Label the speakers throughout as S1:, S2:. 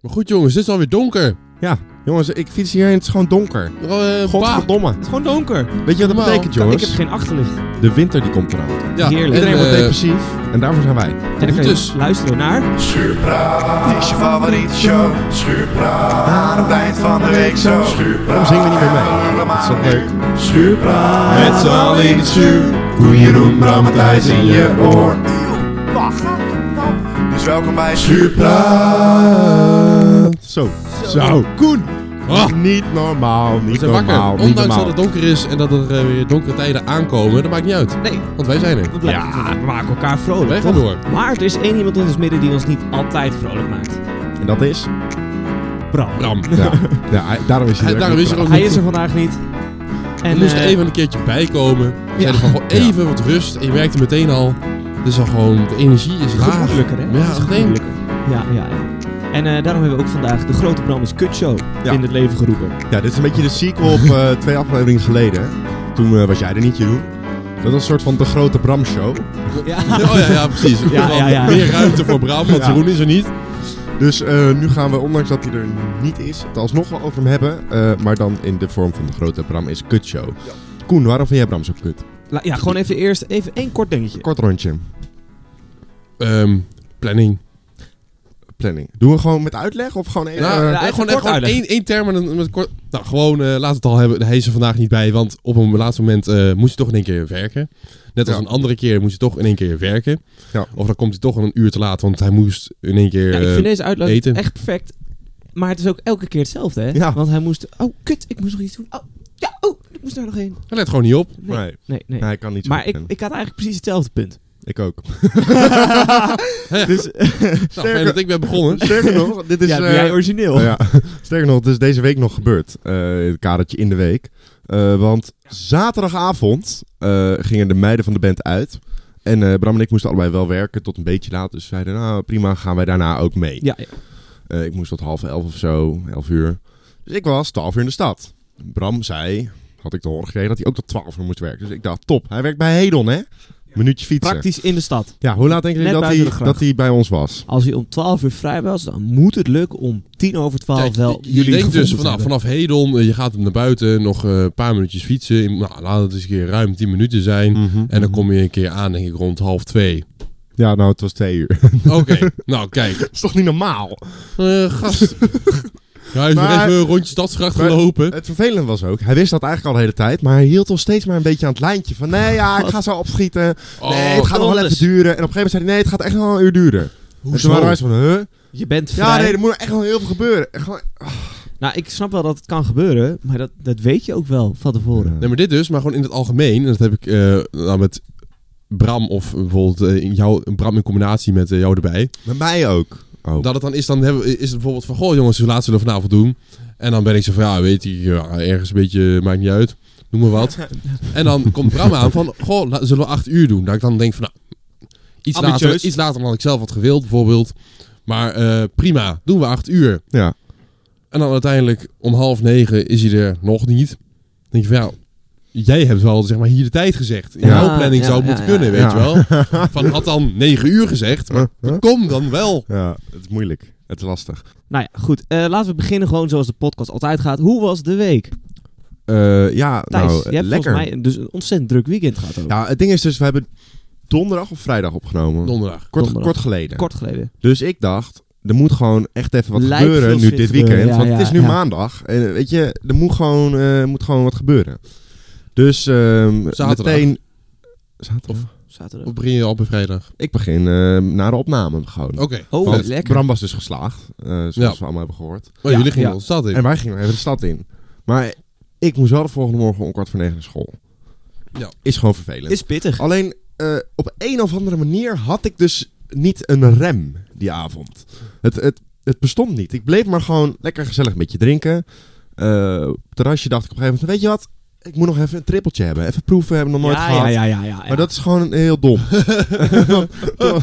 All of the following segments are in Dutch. S1: Maar goed jongens, het is alweer donker.
S2: Ja, jongens, ik fiets hier en het is gewoon donker.
S1: Eh, bah.
S2: Godverdomme.
S3: Ah. Het is gewoon
S2: Weet
S3: donker.
S2: je wat dat
S1: Normaal.
S2: betekent,
S3: Ik
S2: jongens?
S3: heb geen achterlicht.
S2: De winter die komt eraan.
S1: Ja,
S3: Heerlijk.
S2: Iedereen
S1: en,
S2: wordt
S1: eh,
S2: depressief en daarvoor zijn wij.
S3: En dan kan je
S1: Dus.
S3: luisteren naar...
S4: Schuurpraat is je favoriete show. Schuurpraat aan het eind van de week zo.
S2: Waarom zingen we niet meer mee? Dat is toch leuk?
S4: Schuurpraat met z'n allen in het schuur. Koen Jeroen, Bram en Thijs in je oor. Dus welkom bij Schuurpraat.
S2: Zo. Zo. Koen.
S1: Ah.
S2: Niet normaal.
S1: we
S2: Niet
S1: zijn
S2: normaal.
S1: wakker.
S2: Niet
S1: Ondanks dat
S2: normaal.
S1: het donker is en dat er eh, weer donkere tijden aankomen, dat maakt niet uit.
S3: Nee,
S1: Want wij zijn er.
S3: dat blijft- we maken elkaar vrolijk.
S1: Wij gaan
S3: toch?
S1: door.
S3: Maar er is één iemand in ons midden die ons niet altijd vrolijk maakt.
S2: En dat is...
S3: Bram.
S1: Bram. Nou,
S2: Ja, ja hij- daarom is hij
S1: Hij-
S2: er
S1: daarom
S2: ook
S1: is
S2: niet
S1: hij
S3: Hij is er vandaag niet. En,
S1: We moesten
S3: eh,
S1: even een keertje bijkomen. We zeiden van gewoon even wat rust. En je merkte meteen al, het is al gewoon, de energie is laag.
S3: Gemoedelijker, hè?
S1: Ja,
S3: Het is
S1: ik denk-
S3: gemoedelijker. Ja, ja, ja. En eh, daarom hebben we ook vandaag de grote Bram is Kut Show
S2: Ja.
S3: in het leven geroepen.
S2: klaar. Ja, dit is een beetje de sequel op eh, twee afleveringen geleden. Toen eh, was jij er niet, Jeroen. Dat was een soort van de grote Bram-show.
S3: Ja.
S1: Oh ja, ja precies.
S3: Ja, ja, ja.
S1: Meer ruimte voor Bram, want
S2: Ja.
S1: Jeroen is er niet.
S2: Dus eh, nu gaan we, ondanks dat hij er niet is, het alsnog wel over hem hebben. eh, maar dan in de vorm van de grote Bram is Kut Show. Koen, waarom vind jij Bram zo kut?
S3: La- ja, gewoon even eerst even één kort dingetje.
S2: Kort rondje.
S1: Ehm, planning.
S2: Planning. Doen we gewoon met uitleg of gewoon even...
S1: Nou,
S2: eh,
S3: ja,
S1: eh,
S3: even
S1: gewoon
S3: kort
S1: echt gewoon
S3: uitleggen.
S1: één, één term en een- met kort. Nou, gewoon eh, laat het al hebben. Hij is er vandaag niet bij, want op een laatste moment eh, moest hij toch in één keer werken. Net als
S2: Ja.
S1: een andere keer moest hij toch in één keer werken.
S2: Ja.
S1: Of dan komt hij toch een uur te laat, want hij moest in één keer.
S3: Ja, ik
S1: eh,
S3: vind deze uitleg
S1: eten.
S3: echt perfect. Maar het is ook elke keer hetzelfde, hè?
S2: Ja.
S3: Want hij moest... Oh, kut, ik moest nog iets doen. Oh, ja, oh, ik moest daar nog heen.
S1: Hij let gewoon niet op.
S2: nee. Nee.
S3: Nee, nee.
S2: hij kan niet zo
S3: maar
S2: goed
S3: ik,
S2: plannen.
S3: ik had eigenlijk precies hetzelfde punt.
S2: Ik ook.
S1: dus, nou, fijn dat ik ben begonnen.
S2: Sterker nog, dit is...
S3: ja, ben
S2: eh,
S3: jij origineel.
S2: Oh ja. Sterker nog, het is deze week nog gebeurd. eh, in het kadertje in de week. Eh, want zaterdagavond eh, gingen de meiden van de band uit. En eh, Bram en ik moesten allebei wel werken tot een beetje laat. Dus we zeiden, nou prima, gaan wij daarna ook mee.
S3: Ja, ja.
S2: Eh, ik moest tot half elf of zo, elf uur. Dus ik was twaalf uur in de stad. Bram zei, had ik te horen gekregen, dat hij ook tot twaalf uur moest werken. Dus ik dacht, top. Hij werkt bij Hedon, hè? Minuutje fietsen.
S3: Praktisch in de stad.
S2: Ja, hoe laat denken
S3: Net
S2: jullie dat
S3: buiten
S2: hij,
S3: de gracht.
S2: dat hij bij ons was?
S3: Als hij om 12 uur vrij was, dan moet het lukken om 10 over 12
S1: Kijk,
S3: wel
S1: je
S3: jullie
S1: denkt
S3: gevonden
S1: dus
S3: te
S1: vanaf,
S3: hebben.
S1: vanaf Hedon, eh, je gaat naar buiten, nog eh, een paar minuutjes fietsen. In- Nou, laat het eens een keer ruim 10 minuten zijn.
S3: Mhm.
S1: En
S2: Mhm.
S1: dan kom je een keer aan, denk ik, rond half twee.
S2: Ja, nou, het was twee uur.
S1: Oké, nou kijk.
S2: dat is toch niet normaal?
S1: Eh, gast. Ja, hij is
S2: Maar-
S1: maar, even een rondje stadsgracht
S2: Maar-
S1: gelopen.
S2: Het vervelende was ook, hij wist dat eigenlijk al de hele tijd, maar hij hield ons steeds maar een beetje aan het lijntje. Van nee, ja, ik ga zo opschieten.
S1: Oh,
S2: nee, het gaat nog wel
S3: alles.
S2: even duren. En op een gegeven moment zei hij, nee, het gaat echt nog wel een uur duren. En
S1: hoezo?
S2: toen waren wij zo van, huh?
S3: Je bent vrij.
S2: Ja, nee, er moet nog echt wel heel veel gebeuren. En gewoon-
S3: Nou, ik snap wel dat het kan gebeuren, maar dat, dat weet je ook wel van tevoren.
S1: Nee, maar dit dus, maar gewoon in het algemeen. En dat heb ik eh, nou, met Bram of bijvoorbeeld eh, in jou, Bram in combinatie met eh, jou erbij.
S2: Bij mij ook. Oh.
S1: Dat het dan is, dan hebben, is het bijvoorbeeld van, goh jongens, hoe laat zullen we vanavond doen? En dan ben ik zo van, ja, weet je, ja, ergens een beetje, maakt niet uit. Noem maar wat. En dan komt Bram aan van, goh, la- zullen we acht uur doen? Dat ik dan denk van, nou, iets later,
S3: Ambitieus.
S1: iets later dan ik zelf had gewild, bijvoorbeeld. Maar eh, prima, doen we acht uur.
S2: Ja.
S1: En dan uiteindelijk om half negen is hij er nog niet. Dan denk je van ja, jij hebt wel zeg maar hier de tijd gezegd. In
S2: Ja.
S1: jouw planning
S3: Ja,
S1: zou het
S3: ja,
S1: moeten
S3: ja,
S1: kunnen, weet je wel. Van had dan negen uur gezegd, maar
S2: Huh?
S1: kom dan wel.
S2: Ja, het is moeilijk. Het is lastig.
S3: Nou ja, goed. Eh, laten we beginnen gewoon zoals de podcast altijd gaat. Hoe was de week?
S2: Nou, Eh, ja,
S3: Thijs,
S2: nou,
S3: je hebt
S2: lekker.
S3: volgens mij een- dus een ontzettend druk weekend gehad ook.
S2: Ja, het ding is dus, we hebben donderdag of vrijdag opgenomen.
S1: Donderdag.
S2: kort,
S3: Donderdag.
S2: kort geleden.
S3: Kort geleden.
S2: Dus ik dacht, er moet gewoon echt even wat
S3: Lijkt veel
S2: gebeuren nu
S3: shit
S2: dit
S3: gebeuren,
S2: weekend.
S3: ja,
S2: want het
S3: ja,
S2: is nu
S3: ja.
S2: maandag. En eh, weet je, er moet gewoon, eh, moet gewoon wat gebeuren. Dus ehm,
S1: Zaterdag.
S2: meteen... Zaterdag?
S3: Zaterdag.
S1: Of begin je al bij vrijdag?
S2: Ik begin eh, na de opname gewoon.
S1: Oké.
S3: Oh,
S2: Want
S3: lekker.
S2: Bram was dus geslaagd, eh, zoals
S1: Ja.
S2: we allemaal hebben gehoord.
S1: Oh,
S3: Ja,
S1: jullie gingen
S3: ja.
S1: de stad in.
S2: En wij gingen even de stad in. Maar ik moest wel de volgende morgen om kwart voor negen naar school.
S1: Ja.
S2: Is gewoon vervelend.
S3: Is pittig.
S2: Alleen eh, op een of andere manier had ik dus niet een rem die avond. Het, het, het bestond niet. Ik bleef maar gewoon lekker gezellig een beetje drinken. Eh, op het terrasje dacht ik op een gegeven moment: Weet je wat? Ik moet nog even een trippeltje hebben. Even proeven, hebben we nog nooit
S3: ja,
S2: gehad.
S3: ja, ja, ja, ja, ja.
S2: Maar dat is gewoon heel dom. toen,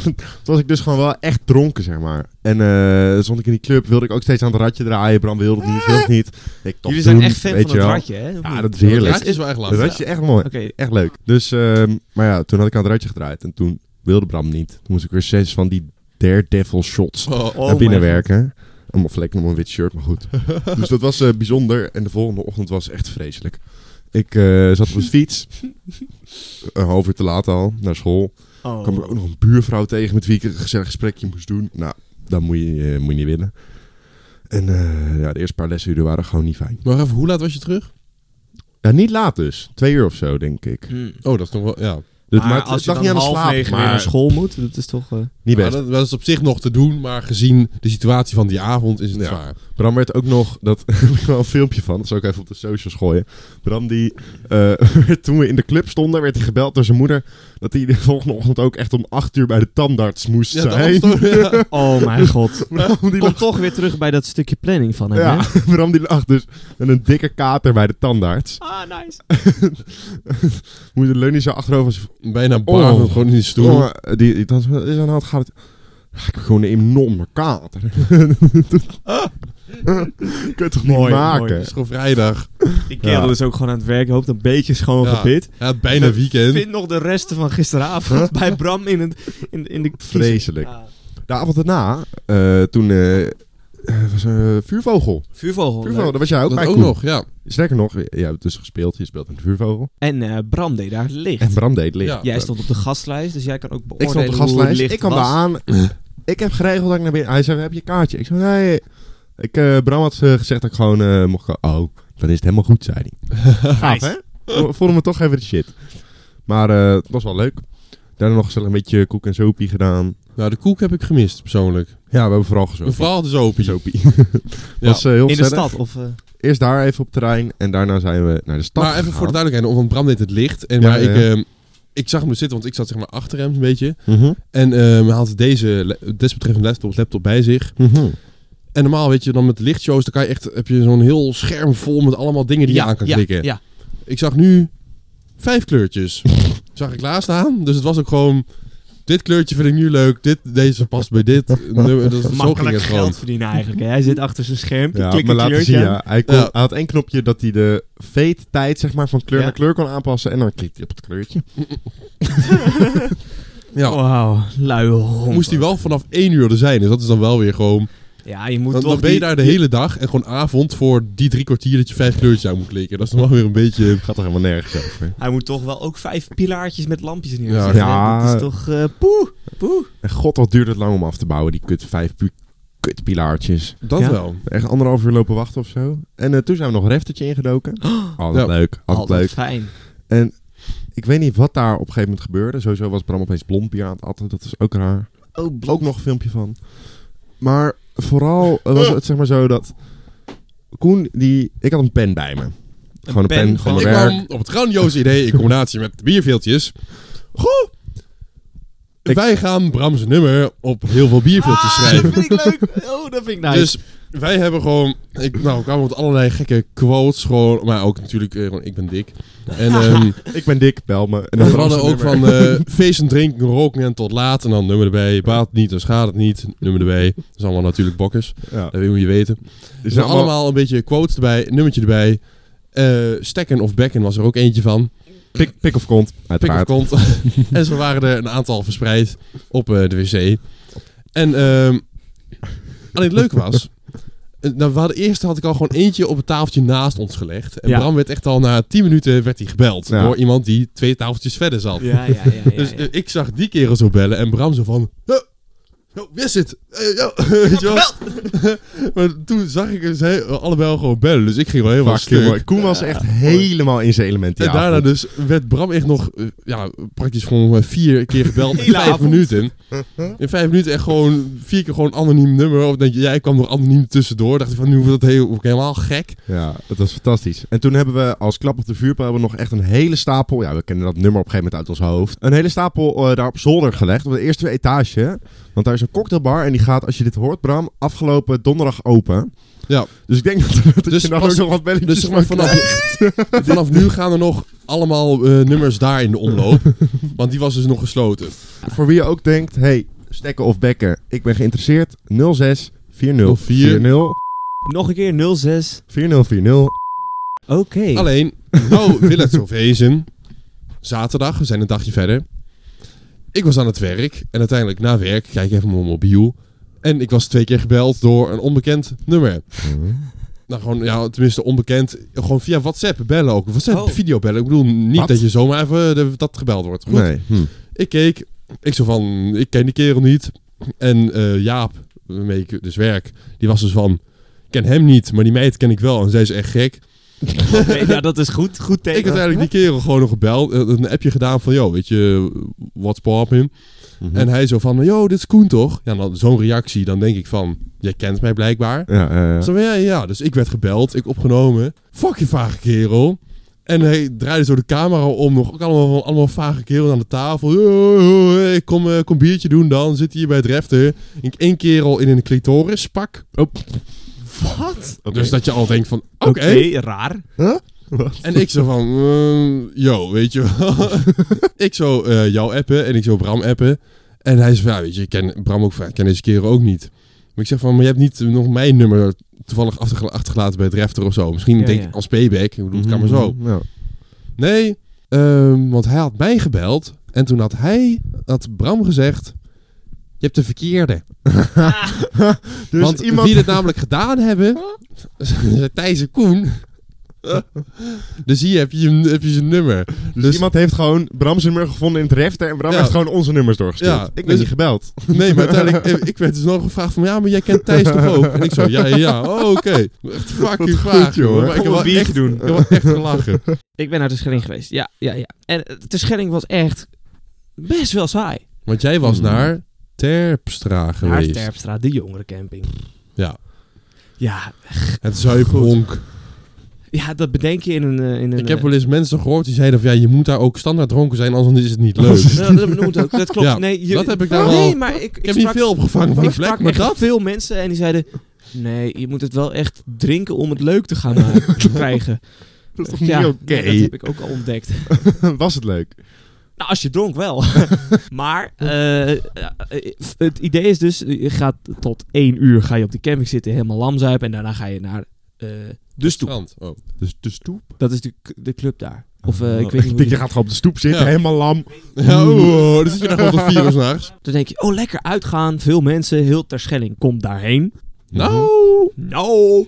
S2: toen was ik dus gewoon wel echt dronken, zeg maar. En eh stond ik in die club, wilde ik ook steeds aan het radje draaien. Bram wilde het niet, wilde het niet. Ik, toch
S3: Jullie zijn
S2: doen,
S3: echt fan
S2: weet
S3: van het
S2: je wel.
S3: ratje, hè? Of
S2: Ja,
S3: niet?
S2: dat is heerlijk.
S1: Het is wel echt laat.
S2: Dat is echt mooi.
S3: Oké.
S2: Echt leuk. Dus, ehm, maar ja, toen had ik aan het ruitje gedraaid. En toen wilde Bram niet. Toen moest ik weer zes van die daredevil shots
S1: Oh,
S2: naar binnen werken. En mijn vlek nog een wit shirt, maar goed. dus dat was eh, bijzonder. En de volgende ochtend was echt vreselijk. Ik eh, zat op mijn fiets. een half uur te laat al, naar school.
S3: Oh.
S2: kwam er ook nog een buurvrouw tegen met wie ik een gezellig gesprekje moest doen. Nou, dan moet je, eh, moet je niet winnen. En eh, ja, de eerste paar lesuren waren gewoon niet fijn.
S1: Maar even, hoe laat was je terug?
S2: Ja, niet laat dus. Twee uur of zo, denk ik.
S3: Hmm.
S1: Oh, dat is nog wel... Ja.
S2: Dus,
S3: maar,
S2: maar het
S3: als je
S2: lag
S3: dan
S2: niet aan de
S3: half
S2: slaap,
S3: negen weer
S2: maar
S3: naar school moet, dat is toch... eh,
S2: niet
S1: Maar
S2: best.
S1: dat, dat is op zich nog te doen, maar gezien de situatie van die avond is het
S2: Ja.
S1: zwaar.
S2: Bram werd ook nog, dat heb ik wel een filmpje van, dat zal ik even op de socials gooien. Bram die, eh, werd toen we in de club stonden, werd hij gebeld door zijn moeder dat hij de volgende ochtend ook echt om acht uur bij de tandarts moest
S1: Ja, dat
S2: zijn.
S1: was toch... ja.
S3: Oh mijn god.
S2: Bram die,
S3: Kom
S2: lag,
S3: toch weer terug bij dat stukje planning van hem,
S2: ja,
S3: hè?
S2: Bram die lag dus met een dikke kater bij de tandarts.
S3: Ah, nice.
S2: Moeder leunde zo achterover als
S1: Bijna bar,
S2: Oh.
S1: gewoon in die stoel.
S2: Jongen, die, die tandarts is aan de hand gaat het... Ik heb gewoon een enorme kater. Kun je het toch niet
S3: Mooi,
S2: maken?
S3: mooi.
S1: Het is gewoon vrijdag.
S3: Die kerel
S2: Ja.
S3: is ook gewoon aan het werk, hoopt een beetje schoon
S1: Ja.
S3: gebit.
S1: Ja, bijna
S3: Ik
S1: weekend.
S3: Vind nog de resten van gisteravond bij Bram in, het, in, in de kiezer.
S2: Vreselijk.
S3: Ah.
S2: De avond daarna, eh, toen eh, eh, was een vuurvogel.
S3: Vuurvogel.
S2: Vuurvogel,
S3: leuk.
S2: daar was jij ook
S1: Oh, dat
S2: bij.
S1: ook
S2: Koen.
S1: nog, ja.
S2: Sterker nog, jij hebt dus gespeeld. Je speelt met de vuurvogel.
S3: En eh, Bram deed daar licht.
S2: En Bram deed licht.
S1: Ja.
S3: Jij stond op de gastlijst, dus jij kan ook
S2: Ik
S3: beoordelen
S2: stond op de
S3: hoe het
S2: gastlijst.
S3: licht
S2: Ik kwam
S3: was.
S2: daar aan. Ik heb geregeld dat ik naar binnen... Hij zei, heb je een kaartje? Ik zei, nee. Ik, eh, Bram had eh, gezegd dat ik gewoon eh, mocht... ko- Oh, dan is het helemaal goed, zei hij. Gaaf, hè? Vo- Voelde me toch even de shit. Maar eh, het was wel leuk. Daarna nog gezellig een beetje koek en sopie gedaan.
S1: Nou, de koek heb ik gemist, persoonlijk.
S2: Ja, we hebben vooral
S1: Mijn
S2: gezopen.
S1: vrouw had dus open.
S2: Sopie.
S1: Ja.
S2: was eh, heel
S3: In de
S2: gezellig.
S3: stad, of... eh,
S2: Eerst daar even op terrein en daarna zijn we naar de stad
S1: Maar Nou, even
S2: gegaan.
S1: voor de duidelijkheid, want Bram deed het licht. En
S2: Ja,
S1: maar
S2: ja,
S1: ik,
S2: ja.
S1: ehm, ik zag hem zitten, want ik zat zeg maar achter hem een beetje.
S2: Mhm,
S1: En ehm, hij had deze le- desbetreffende laptop, laptop bij zich.
S2: mhm.
S1: En normaal, weet je, dan met lichtshows, dan kan je echt, heb je zo'n heel scherm vol met allemaal dingen die je aan kan
S3: ja,
S1: klikken.
S3: Ja,
S1: Ik zag nu vijf kleurtjes. zag ik laatst aan. Dus het was ook gewoon, dit kleurtje vind ik nu leuk, dit, deze past bij dit. nummer. Dat, zo ging
S3: makkelijk
S1: het gewoon.
S3: geld verdienen eigenlijk. hè. Hij zit achter zijn scherm,
S2: Ja,
S3: klikt
S2: maar
S3: een
S2: laten
S3: kleurtje
S2: zien,
S3: aan.
S2: ja. Hij, kon,
S1: Ja.
S2: hij had één knopje dat hij de fade-tijd zeg maar, van kleur
S3: Ja.
S2: naar kleur kon aanpassen. En dan klikte hij op het kleurtje.
S1: Ja.
S3: Wauw, luie hond.
S1: Moest hij wel vanaf één uur er zijn, dus dat is dan wel weer gewoon...
S3: Ja, je moet
S1: Dan,
S3: toch
S1: dan ben je
S3: die-
S1: daar de hele dag en gewoon avond voor die drie kwartier dat je vijf kleurtjes aan moet klikken. Dat is dan wel weer een beetje...
S2: Gaat er helemaal nergens over.
S3: Hij moet toch wel ook vijf pilaartjes met lampjes
S1: Ja.
S3: neerzetten. Ja. Dat
S2: Ja.
S3: is toch... eh, poeh, poeh.
S2: En god, wat duurde het lang om af te bouwen, die kut vijf pu- kutpilaartjes.
S1: Dat
S3: Ja.
S1: wel.
S2: Echt anderhalf uur lopen wachten of zo. En eh, toen zijn we nog een reftertje ingedoken. Altijd
S1: Ja.
S2: leuk, altijd
S3: Altijd
S2: leuk.
S3: fijn.
S2: Ik weet niet wat daar op een gegeven moment gebeurde. Sowieso was Bram opeens blond bier aan het atten. Dat is ook raar.
S3: Oh,
S2: ook nog een filmpje van. Maar vooral eh,
S1: Oh.
S2: was het zeg maar zo dat Koen die ik had een pen bij me. Gewoon een
S3: pen
S2: pen,
S3: van-
S2: gewoon
S1: Ik
S2: een werk.
S1: kwam op het grandioze idee in combinatie met bierveeltjes. Goh!
S2: Ik-
S1: Wij gaan Bram's nummer op heel veel bierveeltjes schrijven.
S3: Ah, Dat vind ik leuk. Oh, dat vind ik nice.
S1: Dus wij hebben gewoon... Ik, nou, we kwamen met allerlei gekke quotes gewoon. Maar ook natuurlijk, eh, gewoon, ik ben dik. En ehm
S2: Ik ben dik, bel me. En
S1: we
S2: was
S1: hadden
S2: het
S1: ook
S2: nummer.
S1: van eh feesten, drinken, roken en tot laat. En dan nummer erbij. Baat niet en schaadt het niet. Nummer erbij. Dat is allemaal natuurlijk bokkers.
S2: Ja.
S1: Dat moet je weten.
S2: Dus
S1: Dus er allemaal... allemaal een beetje quotes erbij, een nummertje erbij. Eh stekken of bekken was er ook eentje van.
S2: Pik, pik of kont,
S1: Pik of
S2: uiteraard.
S1: kont. en zo waren er een aantal verspreid op eh, de wc. En ehm, alleen het leuk was... eh, Nou, we hadden eerst had ik al gewoon eentje op het tafeltje naast ons gelegd. En
S3: Ja.
S1: Bram werd echt al na 10 minuten werd hij gebeld.
S2: Ja.
S1: Door iemand die twee tafeltjes verder zat.
S3: ja, ja, ja. ja,
S1: Dus
S3: ja.
S1: eh, ik zag die kerel zo bellen en Bram zo van... "Huh? Yo, wie is het? Eh, yo," weet je wel? maar toen zag ik ze allebei al gewoon bellen, dus ik ging wel helemaal
S2: Fuck,
S1: stuk.
S2: jongen. Koen was echt helemaal in zijn element. die
S1: En daarna
S2: avond.
S1: dus werd Bram echt nog eh, ja, praktisch gewoon eh, vier keer gebeld in
S3: Hele
S1: vijf
S3: avond.
S1: minuten. In vijf minuten echt gewoon vier keer gewoon anoniem nummer. Of denk je, jij kwam nog anoniem tussendoor. Dacht ik van, nu wordt dat heel, word ik helemaal gek.
S2: Ja, dat was fantastisch. En toen hebben we als klap op de vuurpijl hebben we nog echt een hele stapel... Ja, we kennen dat nummer op een gegeven moment uit ons hoofd. Een hele stapel eh, daar op zolder gelegd, op de eerste etage. Want daar is een cocktailbar en die gaat, als je dit hoort Bram, afgelopen donderdag open.
S1: Ja.
S2: Dus ik denk dat, dat
S1: Dus
S2: je nou
S1: pas-
S2: ook nog wat belletjes
S1: Dus zeg maar,
S2: van
S1: vanaf, vanaf nu gaan er nog allemaal eh, nummers daar in de omloop. Want die was dus nog gesloten.
S2: krijgt. Voor wie je ook denkt, hey, stekken of bekken, ik ben geïnteresseerd. 06 40
S1: 04
S2: 40
S3: Nog een keer 06.
S2: 40
S3: Oké.
S1: Alleen, nou wil het zo wezen. Zaterdag, we zijn een dagje verder. Ik was aan het werk en uiteindelijk na werk, kijk even op mijn mobiel. En ik was twee keer gebeld door een onbekend nummer. Nou, gewoon, ja, tenminste onbekend. Gewoon via WhatsApp bellen ook. WhatsApp
S3: Oh.
S1: videobellen. Ik bedoel, niet
S2: Wat?
S1: dat je zomaar even de- dat gebeld wordt. Goed.
S2: Nee. Hm.
S1: Ik keek. Ik zo van, ik ken die kerel niet. En eh, Jaap, waarmee ik dus werk, die was dus van... Ik ken hem niet, maar die meid ken ik wel. En zij is echt gek.
S3: ja, dat is goed. Goed teken.
S1: Ik had eigenlijk die kerel gewoon nog gebeld. eh, Een appje gedaan van, joh, weet je, what's poppin'? En hij zo van, joh, dit is Koen toch? Ja, dan zo'n reactie, dan denk ik van, jij kent mij blijkbaar.
S2: Ja, ja, ja.
S1: Zo van, ja, ja, ja. Dus ik werd gebeld, ik opgenomen. Fucking vage kerel. En hij draaide zo de camera om, nog ook allemaal, van- allemaal vage kerel aan de tafel. Yo, yo, hey, kom, eh, kom biertje doen dan, zit hier bij het refter. Ik één kerel in een clitoris pak.
S3: Wat?
S2: Oh, Oké.
S1: Dus dat je al denkt van, oké.
S3: Oké, raar.
S1: En ik zo van, ehm, yo, weet je wel. ik zo eh, jou appen en ik zo Bram appen. En hij zei, ja, weet je, ik ken Bram ook vaak, ik ken deze kerel ook niet. Maar ik zeg van, maar je hebt niet nog mijn nummer toevallig achterge- achtergelaten bij het refter of zo. Misschien
S3: Ja,
S1: denk
S3: ja.
S1: ik als payback, ik bedoel, het kan
S2: Mhm,
S1: maar zo.
S2: Ja.
S1: Nee, ehm, want hij had mij gebeld en toen had hij, had Bram gezegd, je hebt de verkeerde.
S2: Dus
S1: want
S2: iemand...
S1: wie dit namelijk gedaan hebben, zijn Thijs en Koen. dus hier heb je, heb je zijn nummer.
S2: Dus,
S1: Dus-
S2: iemand heeft gewoon Bram's nummer gevonden in het refter en Bram
S1: Ja.
S2: heeft gewoon onze nummers doorgestuurd.
S1: Ja.
S2: Ik ben
S1: Dus-
S2: niet gebeld.
S1: Nee, maar uiteindelijk, eh, ik werd dus nog gevraagd van, ja, maar jij kent Thijs toch ook? En ik zo, ja, ja, ja, oh, oké. Echt fucking vaag,
S2: joh.
S1: joh. Maar ik heb wel echt,
S3: doen.
S1: ik heb wel echt gelachen.
S3: Ik ben naar de Schelling geweest. Ja, ja, ja. En eh, de Schelling was echt best wel saai.
S1: Want jij was
S2: Hmm.
S1: naar Terpstra geweest.
S3: Terpstra, de jongerencamping.
S1: Ja.
S3: Ja,
S1: Het zuiphonk.
S3: ja, dat bedenk je in een... eh, In een
S1: Ik heb
S3: eh,
S1: wel eens mensen gehoord die zeiden van, ja, je moet daar ook standaard dronken zijn, anders is het niet leuk.
S3: Ja, dat, moet ook. dat klopt.
S1: Ja,
S3: nee, je-
S1: dat heb ik daar wel-
S3: Nee, maar ik, ik,
S1: Ik heb niet
S3: sprak,
S1: veel opgevangen van
S3: ik
S1: die
S3: sprak
S1: vlek, maar
S3: echt
S1: dat...
S3: veel mensen en die zeiden... Nee, je moet het wel echt drinken om het leuk te gaan eh, krijgen.
S2: Dat is toch
S3: ja,
S2: niet
S3: nee,
S2: oké?
S3: dat heb ik ook al ontdekt.
S2: Was het leuk?
S3: Nou, als je dronk wel. maar eh, eh, het idee is dus, je gaat tot één uur ga je op die camping zitten, helemaal lamzuipen. En daarna ga je naar eh, de stoep.
S1: Strand. Oh.
S2: Dus de stoep?
S3: Dat is de, de club daar. Of eh, ik
S2: ik
S3: weet niet hoe
S2: denk, je
S3: die-
S2: gaat gewoon op de stoep zitten,
S1: Ja.
S2: helemaal lam.
S1: Ja, oeh, dan zit je daar gewoon tot vier uur s'nachts.
S3: Dan denk je, oh lekker uitgaan, veel mensen, heel Terschelling, kom daarheen.
S2: Mhm.
S1: Nou,
S3: Nou.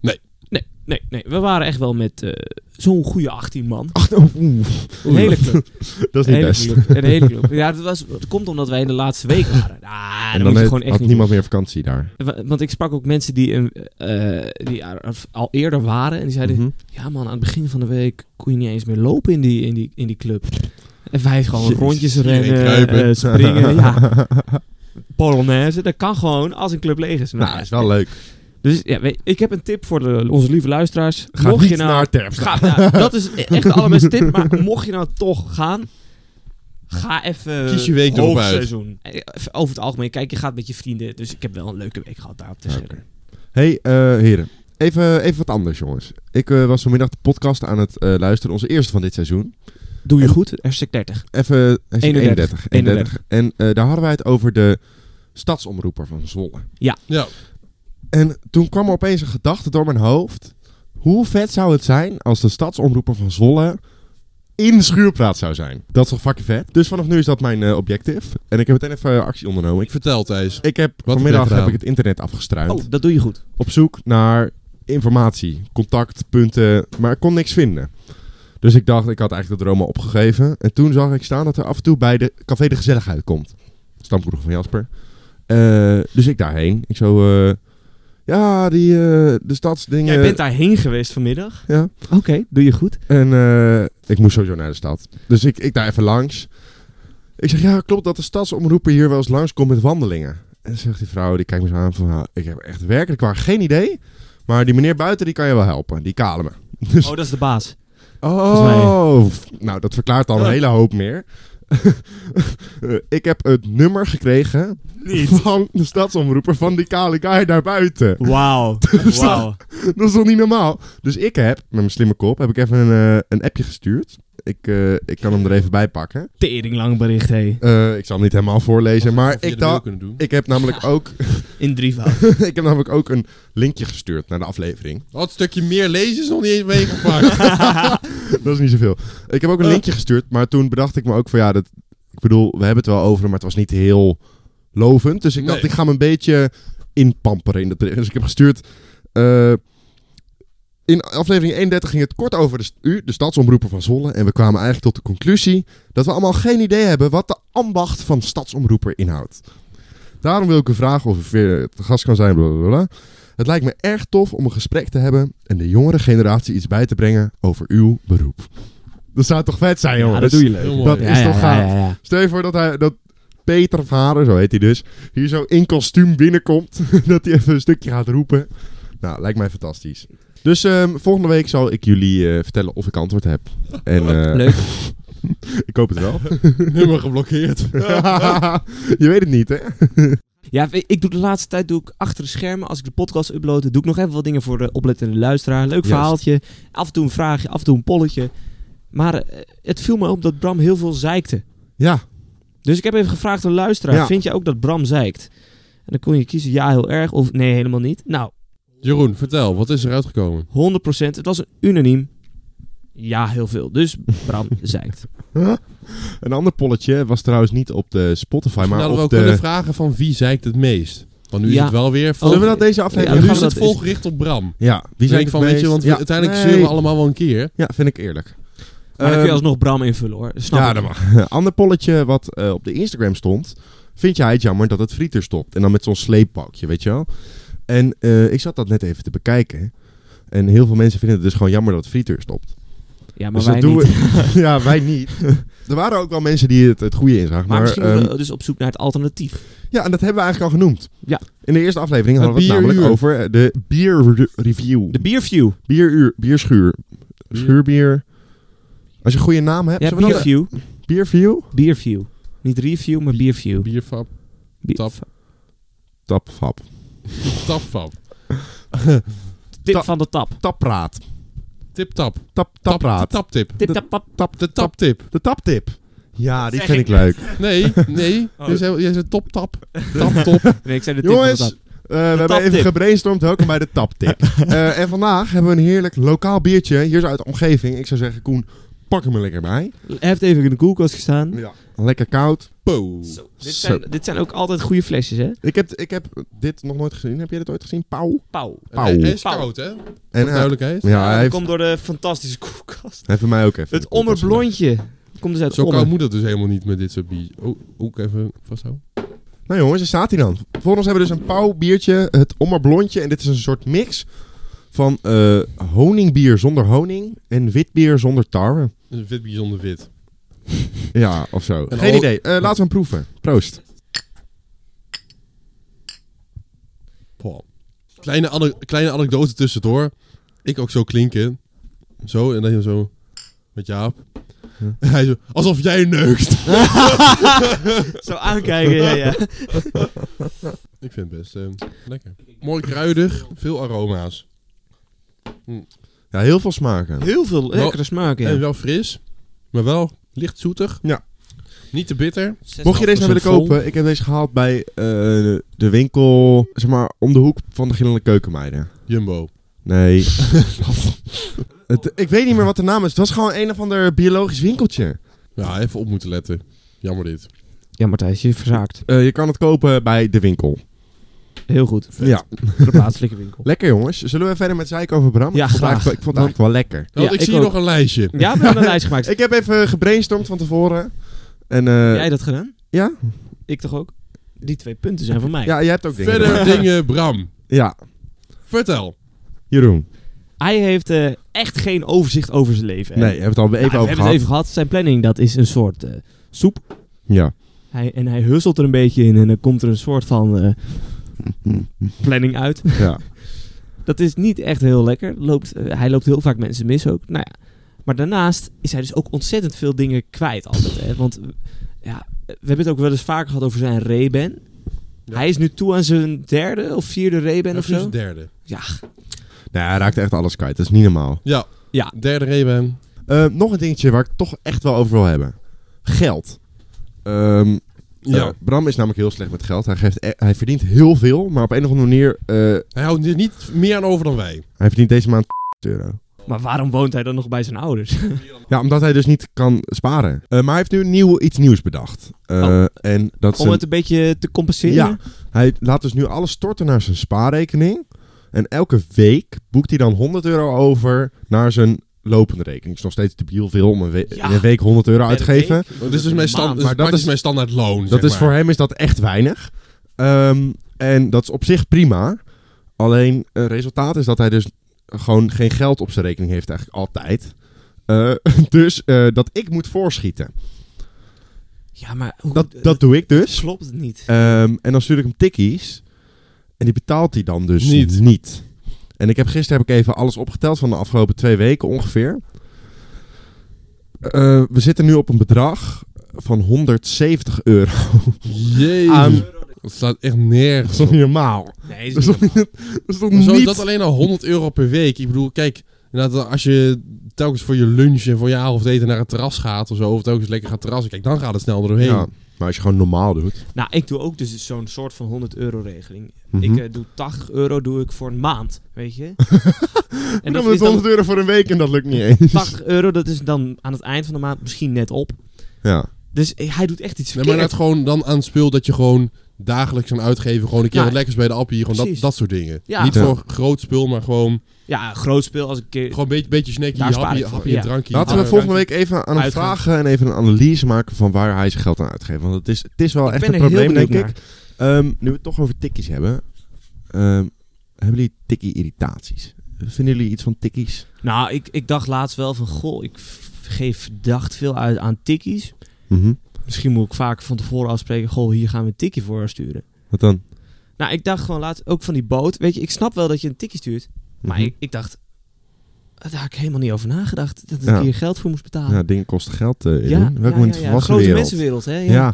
S1: Nee.
S3: Nee, nee, nee. We waren echt wel met eh, zo'n goede 18 man.
S2: Ach, oeh, oeh,
S3: Een hele club.
S2: dat
S3: Een
S2: is niet
S3: hele
S2: best.
S3: club. Een hele club. Ja, dat, was, dat komt omdat wij in de laatste week waren. Ah, dan, moet je
S2: heeft-
S3: gewoon echt
S2: had
S3: niet
S2: niemand meer vakantie daar.
S3: Wa- Want ik sprak ook mensen die, een- eh, die er al eerder waren. En die zeiden,
S2: Mhm.
S3: ja man, aan het begin van de week kon je niet eens meer lopen in die, in die, in die club. En wij gewoon
S2: Jezus,
S3: rondjes
S1: iedereen
S3: rennen,
S1: kruipen.
S3: eh, springen. ja. Polonaise, dat kan gewoon als een club leeg is.
S2: Nou, is wel leuk.
S3: Dus ja, weet- ik heb een tip voor de, onze lieve luisteraars.
S2: Ga
S3: mocht
S2: niet
S3: je nou,
S2: naar Terpstra.
S3: Ga- nou, dat is echt de allerbeste tip. Maar mocht je nou toch gaan, ga even
S1: Kies je week erop uit.
S3: hoogseizoen. Eh, Over het algemeen, kijk, je gaat met je vrienden. Dus ik heb wel een leuke week gehad daar op te zeggen.
S2: Hey, eh, heren. Even, even wat anders, jongens. Ik eh, was vanmiddag de podcast aan het eh, luisteren. Onze eerste van dit seizoen.
S3: Doe je goed, hashtag 30.
S2: Even eh, 31.
S3: 31.
S2: 31. En eh, daar hadden wij het over de stadsomroeper van Zwolle.
S1: ja.
S2: En toen kwam er opeens een gedachte door mijn hoofd. Hoe vet zou het zijn als de stadsomroeper van Zwolle in schuurpraat zou zijn? Dat is toch fucking vet? Dus vanaf nu is dat mijn eh, objectief. En ik heb meteen even eh, actie ondernomen.
S1: Ik
S2: Ik,
S1: vertel Thijs.
S2: ik heb,
S1: heb
S2: vanmiddag
S1: jij
S2: heb
S1: gedaan?
S2: ik het internet afgestruind.
S3: Oh, dat doe je goed.
S2: op zoek naar informatie, contactpunten, maar ik kon niks vinden. Dus ik dacht, ik had eigenlijk de droom al opgegeven. En toen zag ik staan dat er af en toe bij de Café de Gezelligheid komt. Stamkroeg van Jasper. Eh, dus ik daarheen. Ik zo, eh, ja, die, eh, de stadsdingen.
S3: Jij bent daarheen geweest vanmiddag.
S2: Ja.
S3: Oké, doe je goed.
S2: En eh, ik moest sowieso naar de stad. Dus ik, ik daar even langs. Ik zeg, ja, klopt dat de stadsomroeper hier wel eens langskomt met wandelingen. En zegt die vrouw, die kijkt me zo aan van, nou, ik heb echt werkelijk waar geen idee. Maar die meneer buiten, die kan je wel helpen. Die kale me.
S3: Oh, dat is de baas.
S2: Oh, f- nou dat verklaart al een
S1: Ja.
S2: hele hoop meer. Eh, ik heb het nummer gekregen van de stadsomroeper van die kale guy daar buiten.
S3: Wauw. Wauw.
S2: Dat is toch niet normaal? Dus ik heb, met mijn slimme kop, heb ik even een, eh, een appje gestuurd. Ik, eh, ik kan hem er even bij pakken.
S3: Tering lang bericht, hé.
S2: Eh, ik zal hem niet helemaal voorlezen, maar
S1: Of je
S2: ik,
S1: dat wel
S2: dacht,
S1: kunnen doen.
S2: ik, heb namelijk ook,
S3: In drievoud.
S2: ik heb namelijk ook een linkje gestuurd naar de aflevering.
S1: Wat een stukje meer lezen is nog niet eens meegepakt.
S2: Dat is niet zoveel. Ik heb ook een linkje gestuurd, maar toen bedacht ik me ook van ja, dat, ik bedoel, we hebben het wel over, maar het was niet heel lovend. Dus ik dacht,
S1: Nee.
S2: ik ga me een beetje inpamperen in de trailer. Dus ik heb gestuurd... eh, in aflevering 31 ging het kort over de, st- u, de stadsomroepen van Zwolle. En we kwamen eigenlijk tot de conclusie dat we allemaal geen idee hebben wat de ambacht van stadsomroeper inhoudt. Daarom wil ik u vragen of u weer te gast kan zijn. blablabla. Het lijkt me erg tof om een gesprek te hebben en de jongere generatie iets bij te brengen over uw beroep. Dat zou toch vet zijn, jongens?
S3: Ja, dat doe je leuk.
S1: Heel mooi.
S2: Dat
S3: Ja,
S2: is
S3: ja,
S2: toch
S3: ja,
S2: gaaf.
S3: ja, ja.
S2: Stel je voor dat, hij, dat Peter Vader, zo heet hij dus, hier zo in kostuum binnenkomt. dat hij even een stukje gaat roepen. Nou, lijkt mij fantastisch. Dus ehm, volgende week zal ik jullie eh, vertellen of ik antwoord heb. En, eh,
S3: Leuk.
S2: Ik hoop het wel.
S1: Nummer geblokkeerd.
S2: je weet het niet, hè?
S3: Ja, we- ik doe de laatste tijd doe ik achter de schermen, als ik de podcast upload, doe ik nog even wat dingen voor de oplettende luisteraar. Leuk
S2: Juist.
S3: verhaaltje, af en toe een vraagje, af en toe een polletje. Maar eh, het viel me op dat Bram heel veel zeikte.
S2: Ja.
S3: Dus ik heb even gevraagd aan de luisteraar,
S2: Ja.
S3: vind je ook dat Bram zeikt? En dan kon je kiezen ja heel erg of nee helemaal niet. Nou,
S1: Jeroen, vertel, wat is er uitgekomen?
S3: 100%, het was een unaniem ja heel veel. Dus Bram zeikt.
S2: Een ander polletje was trouwens niet op de Spotify,
S1: Maar
S2: maar
S1: hadden Nou, we
S2: op
S1: ook kunnen
S2: de...
S1: vragen van wie zeikt het meest. Want nu
S3: Ja.
S1: is het wel weer... Vol...
S2: Zullen we dat deze
S1: Ja,
S3: Ja,
S2: aflevering
S1: nu
S3: gaan
S2: doen?
S1: is
S3: we
S1: het
S3: dat-
S1: volgericht op Bram.
S2: Ja, wie
S1: Die
S2: zijn
S1: ik van, weet je, want we- uiteindelijk zullen we allemaal wel een keer.
S2: Ja, vind ik eerlijk.
S3: Maar dan kun je
S2: Ehm,
S3: alsnog Bram invullen hoor. Snap
S2: ja,
S3: ik.
S2: dat mag. Ander polletje wat eh, op de Instagram stond. Vind jij het jammer dat het frieter stopt? En dan met zo'n sleeppakje, weet je wel? En eh, ik zat dat net even te bekijken. En heel veel mensen vinden het dus gewoon jammer dat het frieter stopt.
S3: Ja, maar
S2: dus
S3: wij
S2: dat
S3: niet.
S2: doen we. ja, wij niet. er waren ook wel mensen die het, het goede inzagen.
S3: Maar
S2: Maar,
S3: misschien
S2: ehm,
S3: moeten we dus op zoek naar het alternatief.
S2: ja, en dat hebben we eigenlijk al genoemd.
S3: Ja.
S2: In de eerste aflevering
S1: Het
S2: hadden we het namelijk
S1: bieruur.
S2: over eh, de bierreview.
S3: De bierview.
S2: Bieruur, bierschuur. Schuurbier. Als je een goede naam hebt.
S3: Ja,
S2: zullen we dat-
S3: bierview.
S2: Bierview?
S3: Bierview. Niet review, maar bierview.
S1: Bierfab,
S3: Bier-
S1: tap.
S2: Tapfap.
S1: tapfab,
S3: Tip
S2: Ta-
S3: van de tap.
S2: Tappraat.
S1: tiptap, tap,
S2: Tap,
S1: de
S2: tappraat.
S1: taptip,
S3: Tip tap tap.
S2: Tap,
S1: de taptip.
S2: De taptip. Ja, die
S3: Zeg
S2: vind
S3: ik
S2: ik leuk.
S1: Nee, nee,
S3: Oh.
S1: jij zei- jij zei toptap, taptop.
S3: Nee, ik zei de tip
S2: Jongens,
S3: van de
S2: eh,
S3: tap.
S2: we hebben even
S3: taptip.
S2: gebrainstormd. Welkom bij de taptip. Eh, en vandaag hebben we een heerlijk lokaal biertje. Hier is uit de omgeving. Ik zou zeggen, Koen, pak hem er lekker bij.
S3: Hij heeft even in de koelkast gestaan.
S2: Ja. Lekker koud.
S1: Pow.
S3: Dit,
S2: Zo.
S3: zijn, dit zijn ook altijd goede flesjes, hè?
S2: Ik heb, ik heb dit nog nooit gezien. Heb jij dit ooit gezien? Pauw.
S3: Pauw.
S2: Pauw.
S1: En hij is
S3: Pauw.
S1: koud, hè? Voor
S2: En eh,
S1: duidelijkheid.
S2: ja, hij
S3: dat
S2: heeft,
S3: komt door de fantastische koelkast.
S2: hij heeft mij ook even.
S3: Het ommerblondje. Komt dus uit
S1: Zo koud
S3: Ommer.
S1: moet dat dus helemaal niet met dit soort bier. Oh, ook even vasthouden.
S2: Nou jongens, daar staat hij dan. Voor ons hebben we dus een pauw biertje, het ommerblondje. En dit is een soort mix van eh, honingbier zonder honing en witbier zonder tarwe.
S1: Dat is Een wit bier zonder wit.
S2: Ja, of zo.
S1: En
S2: Geen
S1: al-
S2: idee. Eh, laten we hem proeven. Proost.
S1: Poh. Kleine, ane- kleine anekdote tussendoor. Ik ook zo klinken. Zo, en dan zo met Jaap.
S2: Ja.
S1: En hij zo, alsof jij neukt.
S3: Zo aankijken, ja, ja.
S1: Ik vind het best eh, lekker. Mooi kruidig, veel aroma's.
S2: Ja, heel veel smaken.
S3: Heel veel lekkere smaken, ja.
S1: En wel fris, maar wel licht zoetig.
S2: Ja.
S1: Niet te bitter.
S2: Mocht je deze nou willen
S3: 60% vol.
S2: kopen, ik heb deze gehaald bij eh, de winkel, zeg maar, om de hoek van de Gillende Keukenmeiden.
S1: Jumbo.
S2: Nee. het, ik weet niet meer wat de naam is. Het was gewoon een of ander biologisch winkeltje.
S1: Ja, even op moeten letten. Jammer dit. Oh,
S3: Ja, Martijn, je verzaakt.
S2: Eh, je kan het kopen bij de winkel.
S3: Heel goed.
S2: Ja.
S3: Voor de plaatselijke winkel.
S2: Lekker jongens. Zullen we verder met zeiken over Bram?
S3: Ja,
S2: ik vond, het
S3: graag.
S2: eigenlijk- ik vond het eigenlijk wel lekker.
S1: Want
S3: Ja,
S1: ik,
S3: ik
S1: zie
S3: ook.
S1: nog een lijstje.
S3: Ja, we hebben een lijst gemaakt.
S2: Ik heb even gebrainstormd van tevoren. En, eh,
S3: Heb jij dat gedaan?
S2: Ja?
S3: Ik toch ook? Die twee punten zijn voor mij.
S2: Ja, jij hebt ook dingen.
S1: Verder dingen, Bram.
S2: Ja,
S1: Vertel.
S2: Jeroen.
S3: Hij heeft eh, echt geen overzicht over zijn leven. hè?
S2: Nee, hebben we het al
S3: Nou,
S2: even
S3: we
S2: over
S3: hebben
S2: gehad.
S3: het even gehad. Zijn planning, dat is een soort eh, soep.
S2: Ja.
S3: Hij, en hij husselt er een beetje in en dan komt er een soort van eh, planning uit.
S2: ja.
S3: Dat is niet echt heel lekker. Loopt, eh, hij loopt heel vaak mensen mis ook. Nou ja. Maar daarnaast is hij dus ook ontzettend veel dingen kwijt altijd. Hè? Want eh, ja, we hebben het ook wel eens vaker gehad over zijn Ray-Ban.
S1: Ja.
S3: Hij is nu toe aan zijn derde of vierde Ray-Ban of
S1: Of is
S3: zo.
S1: het derde.
S2: Nou, hij raakt echt alles kwijt. Dat is niet normaal.
S1: Ja.
S3: Ja.
S1: Derde reden.
S2: Eh, nog een dingetje waar ik het toch echt wel over wil hebben. Geld. Ehm,
S1: Ja.
S2: eh, Bram is namelijk heel slecht met geld. Hij, geeft, e- hij verdient heel veel, maar op een of andere manier... eh,
S1: Hij houdt er niet meer aan over dan wij.
S2: hij verdient deze maand euro.
S3: Maar waarom woont hij dan nog bij zijn ouders?
S2: Ja, omdat hij dus niet kan sparen. Eh, maar hij heeft nu een nieuw, iets nieuws bedacht. Eh,
S3: Oh.
S2: En dat is
S3: Om
S2: een-
S3: het een beetje te compenseren?
S2: Ja. Hij laat dus nu alles storten naar zijn spaarrekening. En elke week boekt hij dan 100 euro over naar zijn lopende rekening. Het is nog steeds debiel veel om een we-
S3: Ja.
S2: in een week 100 euro uit te
S3: Per week?
S2: geven.
S1: Oh, dit is dus mijn, stand,
S3: Maand.
S1: dus
S2: Maar dat
S1: praktisch
S2: is-
S1: mijn standaard loon.
S2: Dat is voor hem is dat echt weinig. Ehm, en dat is op zich prima. Alleen het resultaat is dat hij dus gewoon geen geld op zijn rekening heeft eigenlijk altijd. Eh, dus eh, dat ik moet voorschieten.
S3: Ja, maar hoe,
S2: Dat, dat doe ik
S3: dat
S2: dus.
S3: klopt niet.
S2: Ehm, en dan stuur ik hem tikkies. En die betaalt hij dan dus niet.
S1: Niet.
S2: En ik heb gisteren heb ik even alles opgeteld van de afgelopen twee weken ongeveer. Eh, we zitten nu op een bedrag van 170 euro.
S1: Jezus.
S2: Aan-
S1: Dat staat echt nergens.
S2: Dat is toch niet normaal?
S3: Nee, is
S2: Dat is
S3: niet
S2: toch niet,
S3: normaal.
S2: dat is toch
S1: Maar Zo is
S2: niet-
S1: dat alleen al 100 euro per week. Ik bedoel, kijk, inderdaad, als je telkens voor je lunch en voor je avondeten naar het terras gaat of zo, of telkens lekker gaat terrassen, kijk, dan gaat het snel erdoorheen.
S2: Ja, maar als je gewoon normaal doet.
S3: Nou, ik doe ook dus zo'n soort van 100 euro regeling.
S2: Mhm.
S3: Ik eh, doe 80 euro doe ik voor een maand, weet je? en
S2: En
S3: dat
S2: dan
S3: is
S2: met 100
S3: dan
S2: euro voor een week en dat lukt niet eens.
S3: 80 euro, dat is dan aan het eind van de maand misschien net op.
S2: Ja.
S3: Dus eh, hij doet echt iets
S1: Nee,
S3: verkeerd.
S1: maar dat gewoon dan aan spul dat je gewoon dagelijks aan uitgeven, gewoon een keer
S3: Ja.
S1: wat lekkers bij de appie, gewoon dat,
S3: Precies.
S1: dat soort dingen.
S3: Ja.
S1: Niet
S2: Ja.
S1: voor groot spul, maar gewoon,
S3: Ja, groot speel als een keer...
S1: gewoon een beetje, beetje snackie,
S3: Daar spaar
S1: hapje,
S3: ik voor,
S1: hapje en
S3: ja.
S1: drankje.
S2: Laten we
S1: Ja.
S2: volgende week even aan hem
S3: Uitgaan.
S2: vragen en even een analyse maken van waar hij zijn geld aan uitgeeft. Want het is, het is wel
S3: ik
S2: echt
S3: ben
S2: een
S3: er
S2: probleem,
S3: heel
S2: denk
S3: benieuwd
S2: ik. Ehm, nu we het toch over tikkies hebben. ehm, hebben jullie tikkie-irritaties? Vinden jullie iets van tikkies?
S3: naar. Nou, ik, ik dacht laatst wel van, goh, ik f- geef verdacht veel uit aan tikkies. Mhm. Misschien moet ik vaak van tevoren afspreken, goh, hier gaan we een tikkie voor sturen.
S2: Wat dan?
S3: Nou, ik dacht gewoon laatst ook van die boot. Weet je, ik snap wel dat je een tikkie stuurt. Maar
S2: Mhm.
S3: ik, ik dacht, daar had ik helemaal niet over nagedacht. Dat ik
S2: Ja.
S3: hier geld voor moest betalen.
S2: Ja, dingen kosten geld, eh
S3: Ja,
S2: Welkom
S3: ja,
S2: in
S3: ja,
S2: de
S3: ja.
S2: volwassen
S3: grote
S2: wereld.
S3: mensenwereld, hè? Ja.
S2: Ja.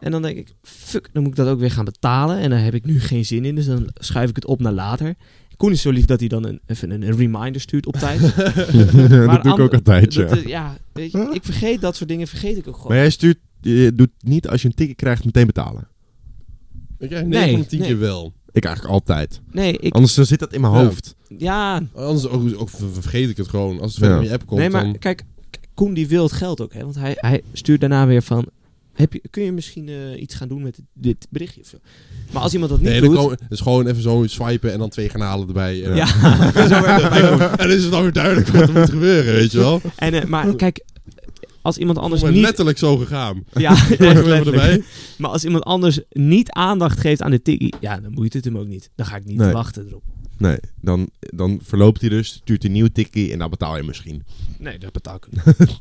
S3: En dan denk ik, fuck, dan moet ik dat ook weer gaan betalen. En daar heb ik nu geen zin in, dus dan schuif ik het op naar later. Koen is zo lief dat hij dan een, even een reminder stuurt op tijd.
S2: dat doe ik
S3: ander-
S2: ook altijd, ja.
S3: Dat, eh, ja, weet je, ik vergeet dat soort dingen, vergeet ik ook gewoon.
S2: Maar jij stuurt, je doet niet als je een tikkie krijgt meteen betalen.
S1: Ik krijg 9
S3: Nee,
S1: van 10
S3: nee.
S1: keer wel.
S2: Ik eigenlijk altijd.
S3: Nee, ik,
S2: Anders dan zit dat in mijn
S1: Ja.
S2: hoofd.
S3: ja,
S1: Anders ook, ook vergeet ik het gewoon. Als het verder
S2: Ja.
S1: in je app komt,
S3: nee, maar
S1: dan...
S3: kijk, K- Koen die wil het geld ook, hè. Want hij, hij stuurt daarna weer van, heb je, kun je misschien eh, iets gaan doen met dit berichtje of zo. Maar als iemand dat niet
S1: Nee, dan
S3: doet...
S1: komen, het is gewoon even zo swipen en dan twee granalen erbij. En
S3: Ja,
S1: Zo werkt het bij ons. en dan is het dan weer duidelijk wat er moet gebeuren, weet je wel.
S3: en, eh, maar kijk, als iemand
S1: Anders
S3: anders
S1: is
S3: niet...
S1: letterlijk zo gegaan.
S3: Ja, echt
S1: Even
S3: letterlijk.
S1: erbij.
S3: Maar als iemand anders niet aandacht geeft aan de tikkie, ja, dan moet het hem ook niet. Dan ga ik niet
S2: Nee.
S3: wachten erop.
S2: Nee, dan, dan verloopt hij dus, stuurt een nieuw tikkie en dan betaal je misschien.
S3: Nee, dat betaal ik niet.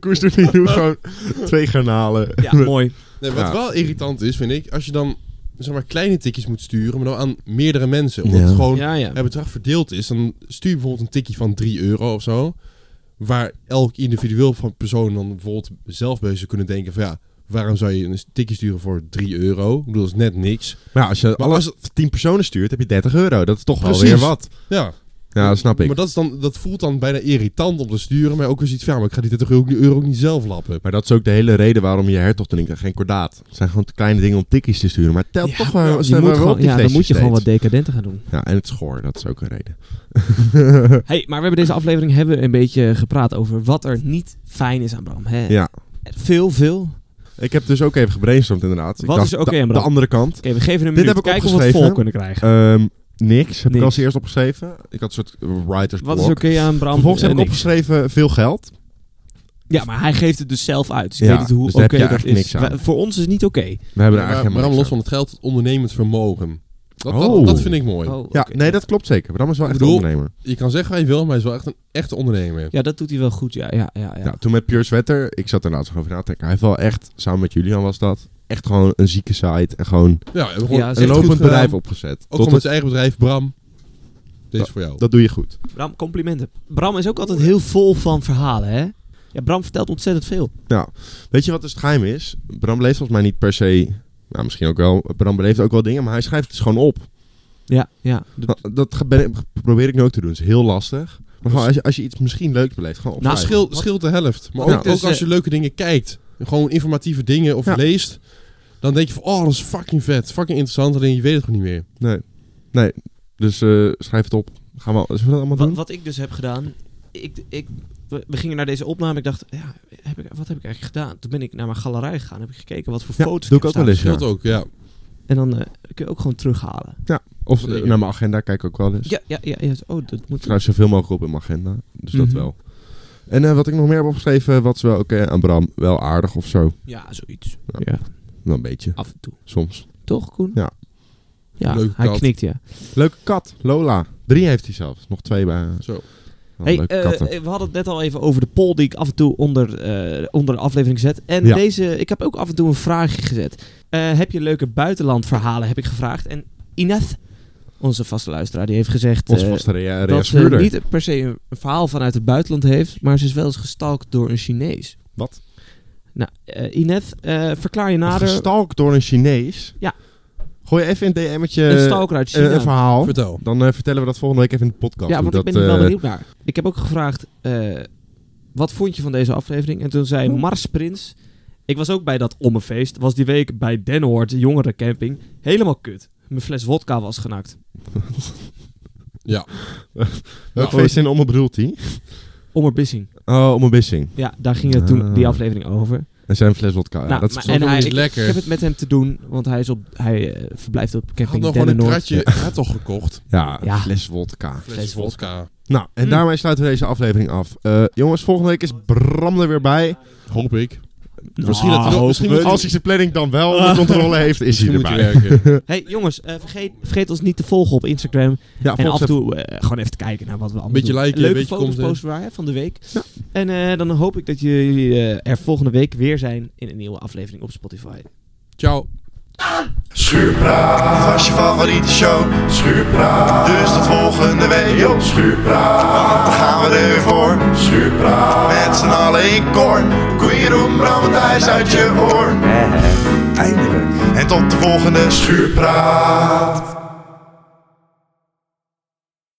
S2: Koers doet niet, doe gewoon twee garnalen.
S3: Ja, mooi.
S1: Nee, wat
S2: Ja.
S1: wel irritant is, vind ik, als je dan zeg maar, kleine tikjes moet sturen, maar dan aan meerdere mensen. Omdat
S2: Ja.
S1: het gewoon
S3: Ja, ja.
S1: het bedrag verdeeld is, dan stuur je bijvoorbeeld een tikkie van 3 euro of zo. Waar elk individueel van persoon dan bijvoorbeeld zelf bij zou kunnen denken van ja, waarom zou je een tikkie sturen voor 3 euro? Ik bedoel, dat is net niks.
S2: Maar ja, als je
S1: Maar
S2: alles
S1: als
S2: tien personen stuurt, heb je 30 euro. Dat is toch wel
S1: Precies.
S2: weer wat.
S1: Ja,
S2: Ja, dat snap ik.
S1: Maar dat, is dan, dat voelt dan bijna irritant om te sturen. Maar ook weer zoiets van, ja, maar ik ga die 30 euro, ook niet- euro ook niet zelf lappen.
S2: Maar dat is ook de hele reden waarom je hertog drinkt en geen kordaat. Het zijn gewoon te kleine dingen om tikkies te sturen. Maar het telt
S3: Ja,
S2: toch wel.
S3: je
S2: zijn
S3: moet
S2: wel
S3: gewoon-
S2: op die
S3: ja, dan
S2: flesjes
S3: moet je gewoon wat
S2: steeds.
S3: decadenter gaan doen.
S2: Ja, en het schoor, dat is ook een reden.
S3: Hey, maar we hebben deze aflevering hebben we een beetje gepraat over wat er niet fijn is aan Bram. Hè?
S2: Ja.
S3: Veel, veel. Oké,
S2: Ik heb dus ook even gebrainstormd inderdaad. Ik
S3: Wat
S2: dacht,
S3: is er oké
S2: de-
S3: aan
S2: De
S3: Bram?
S2: andere kant.
S3: we geven hem
S2: Dit
S3: een minuut.
S2: heb ik
S3: Kijken of we het
S2: opgeschreven.
S3: vol kunnen krijgen.
S2: Ehm, niks heb
S3: Niks.
S2: ik als eerste opgeschreven. Ik had een soort writer's
S3: wat is
S2: block.
S3: oké aan Bram?
S2: Vervolgens heb
S3: Eh,
S2: ik
S3: niks.
S2: opgeschreven veel geld.
S3: Ja, maar hij geeft het dus zelf uit. Dus ik
S2: Ja,
S3: weet niet hoe
S2: dus
S3: oké
S2: daar heb je
S3: dat is.
S2: eigenlijk niks aan.
S3: Wij- Voor ons is het niet oké.
S2: We hebben er
S1: maar,
S2: eigenlijk
S1: maar
S2: helemaal
S1: dan
S2: niks
S1: los
S2: aan.
S1: van het geld, het ondernemend vermogen. Dat,
S2: Oh.
S1: dat, dat vind ik mooi.
S3: Oh,
S2: Ja,
S3: oké.
S2: nee, dat klopt zeker. Bram is wel
S1: Ik
S2: echt een
S1: bedoel-
S2: ondernemer.
S1: Je kan zeggen wat je wil, maar hij is wel echt een echte ondernemer.
S3: Ja, dat doet hij wel goed. Ja, ja, ja.
S2: Ja.
S3: ja.
S2: toen met Pure Sweater, ik zat er laatst nog over na te denken. Hij heeft wel echt, samen met Julian was dat, echt gewoon een zieke site en gewoon
S1: Ja, we hebben gewoon
S3: Ja,
S1: echt
S2: een
S1: goed
S2: lopend
S1: gedaan.
S2: bedrijf opgezet.
S1: Ook
S2: Tot
S1: gewoon met zijn eigen bedrijf, Bram. Deze is voor jou.
S2: het- dat doe je goed.
S3: Bram, complimenten. Bram is ook altijd heel vol van verhalen, hè? Ja, Bram vertelt ontzettend veel.
S2: Nou, weet je wat dus het geheim is? Bram leeft volgens mij niet per se, nou misschien ook wel, Bram beleeft ook wel dingen, maar hij schrijft het gewoon op.
S3: Ja, ja.
S2: Dat, dat ge- ben ik- probeer ik nu ook te doen, dat is heel lastig. Maar gewoon, als je, als je iets misschien leuk beleeft, gewoon
S3: Nou,
S1: Het
S2: opschrijven.
S1: scheelt scheelt de helft. Maar
S2: Ja.
S1: ook,
S3: Dus,
S1: ook als
S3: eh,
S1: je leuke dingen kijkt, gewoon informatieve dingen of
S2: Ja.
S1: leest, dan denk je van, oh, dat is fucking vet, fucking interessant, alleen je weet het gewoon niet meer.
S2: nee, nee, dus eh, schrijf het op. Gaan we, zullen we dat allemaal
S3: Wat,
S2: doen?
S3: wat ik dus heb gedaan. Ik, ik, we we gingen naar deze opname. Ik dacht, ja, heb ik, wat heb ik eigenlijk gedaan? Toen ben ik naar mijn galerij gegaan. Heb ik gekeken wat voor
S2: Ja,
S3: foto's
S2: doe ik
S3: heb
S2: ook wel
S3: staan.
S2: eens, ja.
S1: Dat ook, ja.
S3: En dan eh, kun je ook gewoon terughalen.
S2: Of eh,
S1: Zeker.
S2: naar mijn agenda kijk ik ook wel eens.
S3: Ja, ja, ja. ja. Oh, dat moet.
S2: Ik Dus schrijf zoveel mogelijk op in mijn agenda. Dus dat
S3: Mhm.
S2: wel. En eh, wat ik nog meer heb opgeschreven, wat is wel oké aan Bram, wel aardig of zo.
S3: Ja, zoiets.
S2: Ja.
S3: Ja.
S2: Wel een beetje,
S3: af en toe.
S2: soms.
S3: Toch, Koen?
S2: Ja.
S3: Ja,
S1: Leuke
S3: hij
S1: kat.
S3: knikt, ja.
S2: Leuke kat, Lola. Drie heeft hij zelfs. Nog twee bij. eh,
S1: Zo.
S2: wel
S3: Hey,
S2: leuke
S3: eh,
S2: katten.
S3: we hadden het net al even over de poll die ik af en toe onder, eh, onder de aflevering zet. En
S2: Ja.
S3: deze, ik heb ook af en toe een vraagje gezet. Eh, heb je leuke buitenlandverhalen, heb ik gevraagd. En Ineth, onze vaste luisteraar, die heeft gezegd...
S2: Onze
S3: eh,
S2: vaste rea-
S3: dat ze
S2: reassuurder.
S3: niet per se een verhaal vanuit het buitenland heeft, maar ze is wel eens gestalkt door een Chinees.
S2: Wat?
S3: Nou, eh Ineth, eh, verklaar je nader.
S2: Gestalkt door een Chinees.
S3: Ja.
S2: Gooi even in een DM'tje
S3: een stalker uit
S2: eh,
S3: China.
S2: een verhaal.
S1: Vertel.
S2: Dan eh, vertellen we dat volgende week even in de podcast.
S3: Ja,
S2: hoe
S3: want
S2: dat,
S3: ik ben er wel
S2: eh,
S3: benieuwd naar. Ik heb ook gevraagd, eh, wat vond je van deze aflevering? En toen
S2: Hm?
S3: zei Mars Prins, ik was ook bij dat ommefeest. Was die week bij Den Hoort, jongerencamping. Helemaal kut. Mijn fles wodka was genakt.
S2: Welk
S1: Ja.
S2: feest in Omme bedoelt hij?
S3: Ommerbissing.
S2: Oh, Omme Bissing.
S3: Ja, daar ging het toen,
S2: Ah.
S3: die aflevering over.
S2: En zijn fles wodka. Ja,
S3: Nou,
S2: dat is
S3: maar-
S2: zo-
S1: en hij-
S3: ik,
S1: is lekker.
S3: ik heb het met hem te doen, want hij, is op, hij eh, verblijft op
S1: Ik had
S3: camping
S1: nog wel
S3: Den
S1: een
S3: Noord.
S1: kratje hertog gekocht.
S2: ja,
S3: Ja.
S2: fles wodka.
S1: Fles vodka.
S2: Nou, en
S3: Hmm.
S2: daarmee sluiten we deze aflevering af. Eh, jongens, volgende week is Bram er weer bij.
S1: Hoop ik.
S3: Nou,
S1: Misschien dat hij nog- misschien moet-
S2: Als hij zijn planning dan wel onder controle heeft, is
S1: Misschien
S2: hij
S1: moet je
S2: erbij.
S1: werken.
S3: Hey jongens, eh, vergeet, vergeet ons niet te volgen op Instagram.
S2: Ja,
S3: En af
S2: volgens
S3: en toe eh, gewoon even te kijken naar wat we allemaal
S1: Beetje
S3: doen.
S1: liken,
S3: Leuke
S1: beetje
S3: foto's
S1: content.
S3: posten we daar, hè, van de week. En eh, dan hoop ik dat jullie eh, er volgende week weer zijn in een nieuwe aflevering op Spotify.
S1: Ciao.
S4: Schuurpraat was je favoriete show. Schuurpraat, dus tot volgende week. Yo, schuurpraat, want dan gaan we er weer voor. Schuurpraat, met z'n allen in koor. Koeieroen, Bram thuis uit je oor. eindelijk. En tot de volgende schuurpraat.